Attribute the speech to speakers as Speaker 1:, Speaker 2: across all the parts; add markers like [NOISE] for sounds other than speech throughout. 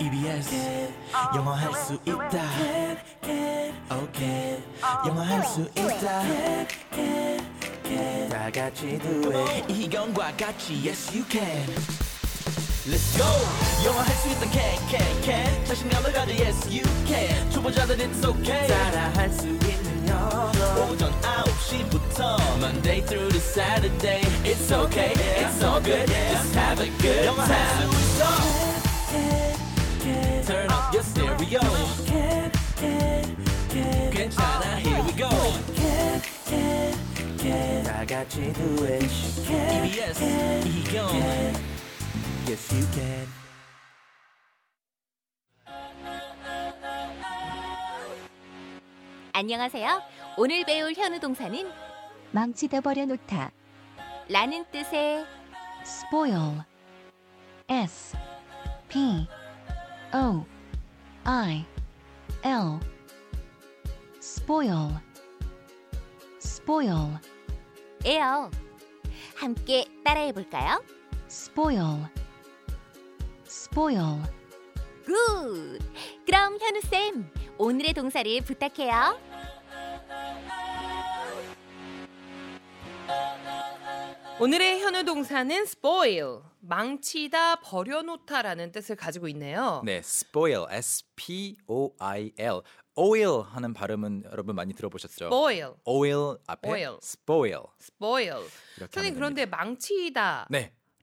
Speaker 1: EBS 영어 할 수 있다 오케이 영어 할 수 있다 다 같이 do it 이희경과 같이 yes you can Let's go 영어 할 수 있다 can can can 자신감을 가져 yes you can 초보자들 it's okay 따라 할 수 있는 영어 오전 9시부터 Monday through to Saturday It's okay it's all good just have a good time 영어 할수 있어 Turn up your stereo. 괜찮아, here we go. 다 같이 do it. EBS, 이경. Yes, you can.
Speaker 2: 안녕하세요. 오늘 배울 현우 동사는
Speaker 3: 망치다 버려놓다.
Speaker 2: 라는 뜻의
Speaker 3: spoil. S P O I L spoil. spoil.
Speaker 2: 에요. 함께 따라해 볼까요?
Speaker 3: spoil. spoil.
Speaker 2: 굿! 그럼 현우쌤, 오늘의 동사를 부탁해요.
Speaker 4: 오늘의 현우 동사는 spoil, 망치다, 버려놓다라는 뜻을 가지고 있네요.
Speaker 5: 네, spoil, S-P-O-I-L. oil 하는 발음은 여러분 많이 들어보셨죠?
Speaker 4: spoil,
Speaker 5: oil 앞에
Speaker 4: 뭐? oil.
Speaker 5: spoil.
Speaker 4: spoil.
Speaker 5: 이렇게
Speaker 4: 선생님
Speaker 5: 하면 됩니다.
Speaker 4: 그런데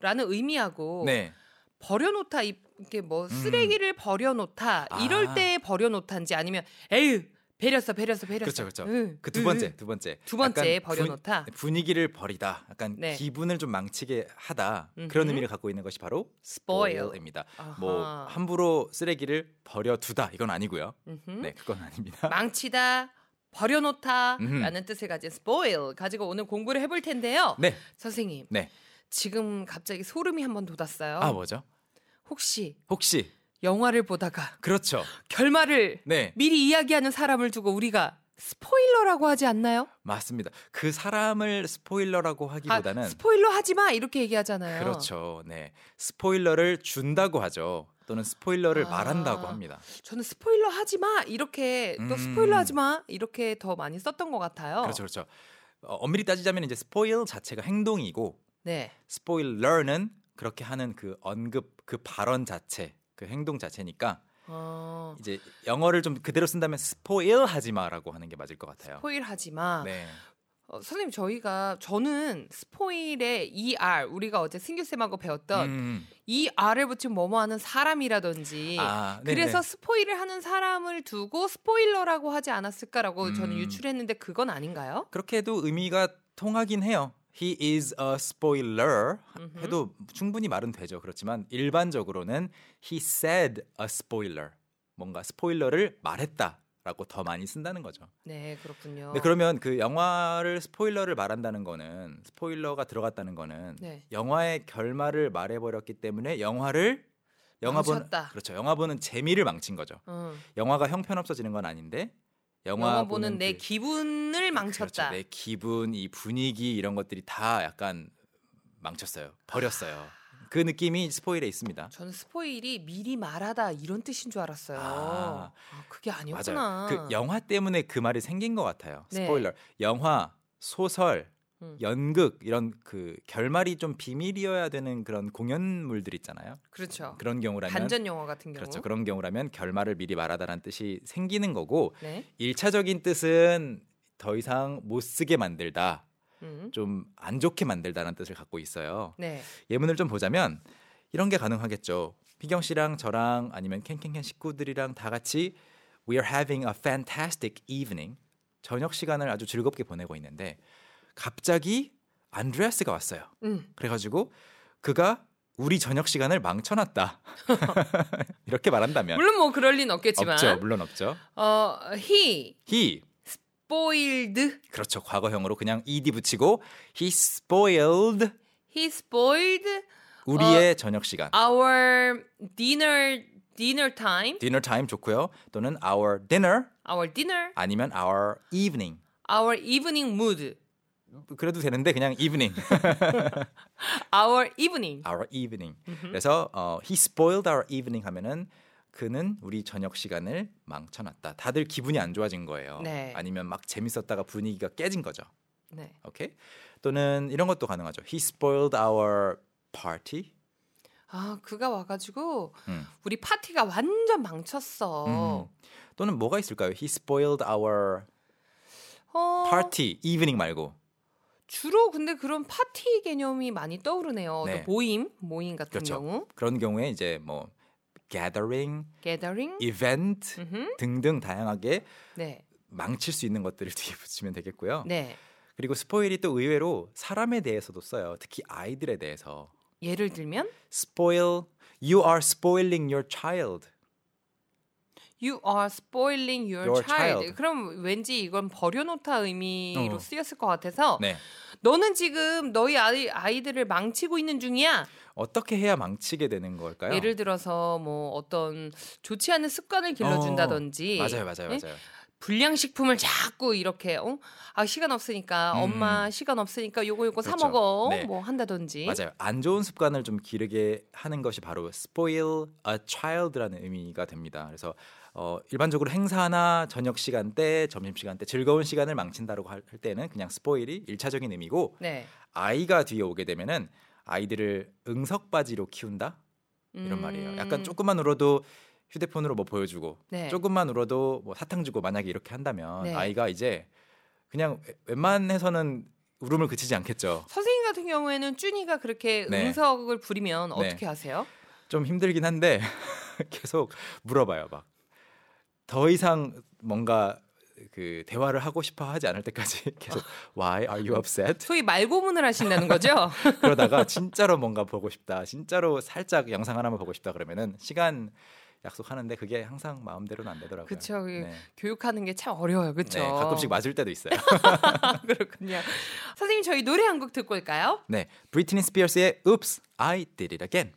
Speaker 4: 망치다라는
Speaker 5: 네,
Speaker 4: 의미하고
Speaker 5: 네. 음.
Speaker 4: 버려놓다 이- 이게 뭐 쓰레기를 버려놓다 이럴
Speaker 5: 아.
Speaker 4: 때 버려놓다인지 아니면 에휴 배렸어 배렸어 배렸어.
Speaker 5: 그렇죠, 그렇죠.
Speaker 4: 응,
Speaker 5: 그 두
Speaker 4: 응,
Speaker 5: 번째,
Speaker 4: 응.
Speaker 5: 두 번째.
Speaker 4: 두 번째
Speaker 5: 약간 분-
Speaker 4: 버려놓다.
Speaker 5: 분위기를 버리다. 약간
Speaker 4: 네.
Speaker 5: 기분을 좀 망치게 하다.
Speaker 4: 음흠.
Speaker 5: 그런 의미를 갖고 있는 것이 바로
Speaker 4: spoil.
Speaker 5: spoil입니다.
Speaker 4: 아하.
Speaker 5: 뭐 함부로 쓰레기를 버려두다 이건 아니고요.
Speaker 4: 음흠.
Speaker 5: 네, 그건 아닙니다.
Speaker 4: 망치다. 버려놓다라는
Speaker 5: 음흠.
Speaker 4: 뜻을 가진 spoil 가지고 오늘 공부를 해볼 텐데요.
Speaker 5: 네,
Speaker 4: 선생님
Speaker 5: 네.
Speaker 4: 지금 갑자기 소름이 한번 돋았어요.
Speaker 5: 아 뭐죠?
Speaker 4: 혹시
Speaker 5: 혹시
Speaker 4: 영화를 보다가
Speaker 5: 그렇죠.
Speaker 4: 결말을
Speaker 5: 네.
Speaker 4: 미리 이야기하는 사람을 두고 우리가 스포일러라고 하지 않나요?
Speaker 5: 맞습니다. 그 사람을 스포일러라고 하기보다는
Speaker 4: 아, 스포일러 하지 마 이렇게 얘기하잖아요.
Speaker 5: 그렇죠. 네. 스포일러를 준다고 하죠. 또는 스포일러를
Speaker 4: 아.
Speaker 5: 말한다고 합니다.
Speaker 4: 저는 스포일러 하지 마 이렇게 또
Speaker 5: 음.
Speaker 4: 스포일러 하지 마 이렇게 더 많이 썼던 것 같아요.
Speaker 5: 그렇죠. 그렇죠. 어, 엄밀히 따지자면 이제 스포일 자체가 행동이고
Speaker 4: 네.
Speaker 5: 스포일러는 그렇게 하는 그 언급 그 발언 자체 그 행동 자체니까
Speaker 4: 어,
Speaker 5: 이제 영어를 좀 그대로 쓴다면 스포일 하지 마라고 하는 게 맞을 것 같아요.
Speaker 4: 스포일 하지 마.
Speaker 5: 네.
Speaker 4: 어, 선생님 저희가 저는 스포일의 ER 우리가 어제 승규 쌤하고 배웠던
Speaker 5: 음.
Speaker 4: ER을 붙인 뭐뭐 하는 사람이라든지
Speaker 5: 아, 네네.
Speaker 4: 그래서 스포일을 하는 사람을 두고 스포일러라고 하지 않았을까라고 저는
Speaker 5: 음.
Speaker 4: 유출했는데 그건 아닌가요?
Speaker 5: 그렇게 해도 의미가 통하긴 해요. He is a spoiler
Speaker 4: 음흠.
Speaker 5: 해도 충분히 말은 되죠. 그렇지만 일반적으로는 he said a spoiler. 뭔가 스포일러를 말했다라고 더 많이 쓴다는 거죠.
Speaker 4: 네, 그렇군요.
Speaker 5: 근데 그러면 그 영화를 스포일러를 말한다는 거는 스포일러가 들어갔다는 거는
Speaker 4: 네.
Speaker 5: 영화의 결말을 말해 버렸기 때문에 영화를 영화 보는
Speaker 4: 망쳤다.
Speaker 5: 그렇죠. 영화 보는 재미를 망친 거죠.
Speaker 4: 응.
Speaker 5: 영화가 형편없어지는 건 아닌데 영화,
Speaker 4: 어, 영화 보는 내
Speaker 5: 그-
Speaker 4: 기분을 망쳤다.
Speaker 5: 그렇죠. 내 기분, 이 분위기 이런 것들이 다 약간 망쳤어요. 버렸어요. 그 느낌이 스포일에 있습니다.
Speaker 4: 저는 스포일이 미리 말하다 이런 뜻인 줄 알았어요.
Speaker 5: 아.
Speaker 4: 아, 그게 아니었구나.
Speaker 5: 맞아요. 그 영화 때문에 그 말이 생긴 것 같아요.
Speaker 4: 네.
Speaker 5: 스포일러. 영화, 소설,
Speaker 4: 음.
Speaker 5: 연극 이런 그 결말이 좀 비밀이어야 되는 그런 공연물들 있잖아요.
Speaker 4: 그렇죠.
Speaker 5: 그런 경우라면
Speaker 4: 반전 영화 같은 경우.
Speaker 5: 그렇죠. 그런 경우라면 결말을 미리 말하다라는 뜻이 생기는 거고
Speaker 4: 네.
Speaker 5: 일차적인 뜻은 더 이상 못 쓰게 만들다.
Speaker 4: 음.
Speaker 5: 좀 안 좋게 만들다라는 뜻을 갖고 있어요.
Speaker 4: 네.
Speaker 5: 예문을 좀 보자면 이런 게 가능하겠죠. 피경 씨랑 저랑 아니면 캔캔캔 식구들이랑 다 같이 We are having a fantastic evening. 저녁 시간을 아주 즐겁게 보내고 있는데 갑자기 안드레아스가 왔어요.
Speaker 4: 음.
Speaker 5: 그래가지고 그가 우리 저녁 시간을 망쳐놨다. [LAUGHS] 이렇게 말한다면
Speaker 4: 물론 뭐 그럴 리는 없겠지만
Speaker 5: 아. 없죠. 물론 없죠.
Speaker 4: 어, he
Speaker 5: He
Speaker 4: spoiled
Speaker 5: 그렇죠. 과거형으로 그냥 ed 붙이고 he spoiled
Speaker 4: he spoiled
Speaker 5: 우리의
Speaker 4: 어.
Speaker 5: 저녁 시간.
Speaker 4: our dinner dinner time
Speaker 5: dinner time 좋고요. 또는 our dinner
Speaker 4: our dinner
Speaker 5: 아니면 our evening
Speaker 4: our evening mood
Speaker 5: 그래도 되는데 그냥
Speaker 4: [LAUGHS]
Speaker 5: evening
Speaker 4: our evening
Speaker 5: our evening 그래서 어, he spoiled our evening 하면은 그는 우리 저녁 시간을 망쳐놨다. 다들 기분이 안 좋아진 거예요.
Speaker 4: 네.
Speaker 5: 아니면 막 재밌었다가 분위기가 깨진 거죠.
Speaker 4: 네.
Speaker 5: 오케이? 또는 이런 것도 가능하죠. He spoiled our party.
Speaker 4: 아, 그가 와가지고
Speaker 5: 음.
Speaker 4: 우리 파티가 완전 망쳤어.
Speaker 5: 음. 또는 뭐가 있을까요? He spoiled our
Speaker 4: 어,
Speaker 5: party evening 말고.
Speaker 4: 주로 근데 그런 파티 개념이 많이 떠오르네요.
Speaker 5: 네.
Speaker 4: 또 모임, 모임 같은
Speaker 5: 그렇죠.
Speaker 4: 경우,
Speaker 5: 그런 경우에 이제 뭐 gathering,
Speaker 4: 게더링.
Speaker 5: event
Speaker 4: 음흠.
Speaker 5: 등등 다양하게
Speaker 4: 네,
Speaker 5: 망칠 수 있는 것들을 [LAUGHS] 뒤에 붙이면 되겠고요.
Speaker 4: 네.
Speaker 5: 그리고 스포일이 또 의외로 사람에 대해서도 써요. 특히 아이들에 대해서.
Speaker 4: 예를 들면
Speaker 5: spoil you are spoiling your child.
Speaker 4: You are spoiling your,
Speaker 5: Your
Speaker 4: child.
Speaker 5: child.
Speaker 4: 그럼 왠지 이건 버려놓다 의미로
Speaker 5: 어.
Speaker 4: 쓰였을 것 같아서
Speaker 5: 네.
Speaker 4: 너는 지금 너희 아이, 아이들을 망치고 있는 중이야.
Speaker 5: 어떻게 해야 망치게 되는 걸까요?
Speaker 4: 예를 들어서 뭐 어떤 좋지 않은 습관을 길러준다든지
Speaker 5: 어, 맞아요, 맞아요,
Speaker 4: 예?
Speaker 5: 맞아요.
Speaker 4: 불량식품을 자꾸 이렇게 어? 아 시간 없으니까
Speaker 5: 음.
Speaker 4: 엄마 시간 없으니까 요거 요거 사
Speaker 5: 그렇죠.
Speaker 4: 먹어
Speaker 5: 네.
Speaker 4: 뭐 한다든지
Speaker 5: 맞아요. 안 좋은 습관을 좀 기르게 하는 것이 바로 spoil a child라는 의미가 됩니다. 그래서 어, 일반적으로 행사나 저녁 시간대, 점심 시간대 즐거운 시간을 망친다라고 할 때는 그냥 spoil이 일차적인 의미고
Speaker 4: 네.
Speaker 5: 아이가 뒤에 오게 되면은 아이들을 응석바지로 키운다 이런
Speaker 4: 음.
Speaker 5: 말이에요. 약간 조금만 울어도 휴대폰으로 뭐 보여주고
Speaker 4: 네.
Speaker 5: 조금만 울어도 뭐 사탕 주고 만약에 이렇게 한다면
Speaker 4: 네.
Speaker 5: 아이가 이제 그냥 웬만해서는 울음을 그치지 않겠죠.
Speaker 4: 선생님 같은 경우에는 쭈니가 그렇게
Speaker 5: 네.
Speaker 4: 응석을 부리면
Speaker 5: 네.
Speaker 4: 어떻게 하세요?
Speaker 5: 좀 힘들긴 한데 [LAUGHS] 계속 물어봐요. 막 더 이상 뭔가 그 대화를 하고 싶어 하지 않을 때까지 [LAUGHS] 계속 Why are you upset?
Speaker 4: 소위 말고문을 하신다는
Speaker 5: [LAUGHS]
Speaker 4: 거죠?
Speaker 5: 그러다가 진짜로 뭔가 보고 싶다. 진짜로 살짝 영상 하나만 보고 싶다 그러면은 시간 약속하는데 그게 항상 마음대로는 안 되더라고요.
Speaker 4: 그쵸. 그게
Speaker 5: 네.
Speaker 4: 교육하는 게 참 어려워요. 그렇죠? [LAUGHS]
Speaker 5: 네, 가끔씩 맞을 때도 있어요. [LAUGHS]
Speaker 4: 그렇군요. 선생님 저희 노래 한 곡 듣고 올까요?
Speaker 5: 네, 브리트니 스피어스의 Oops, I Did It Again.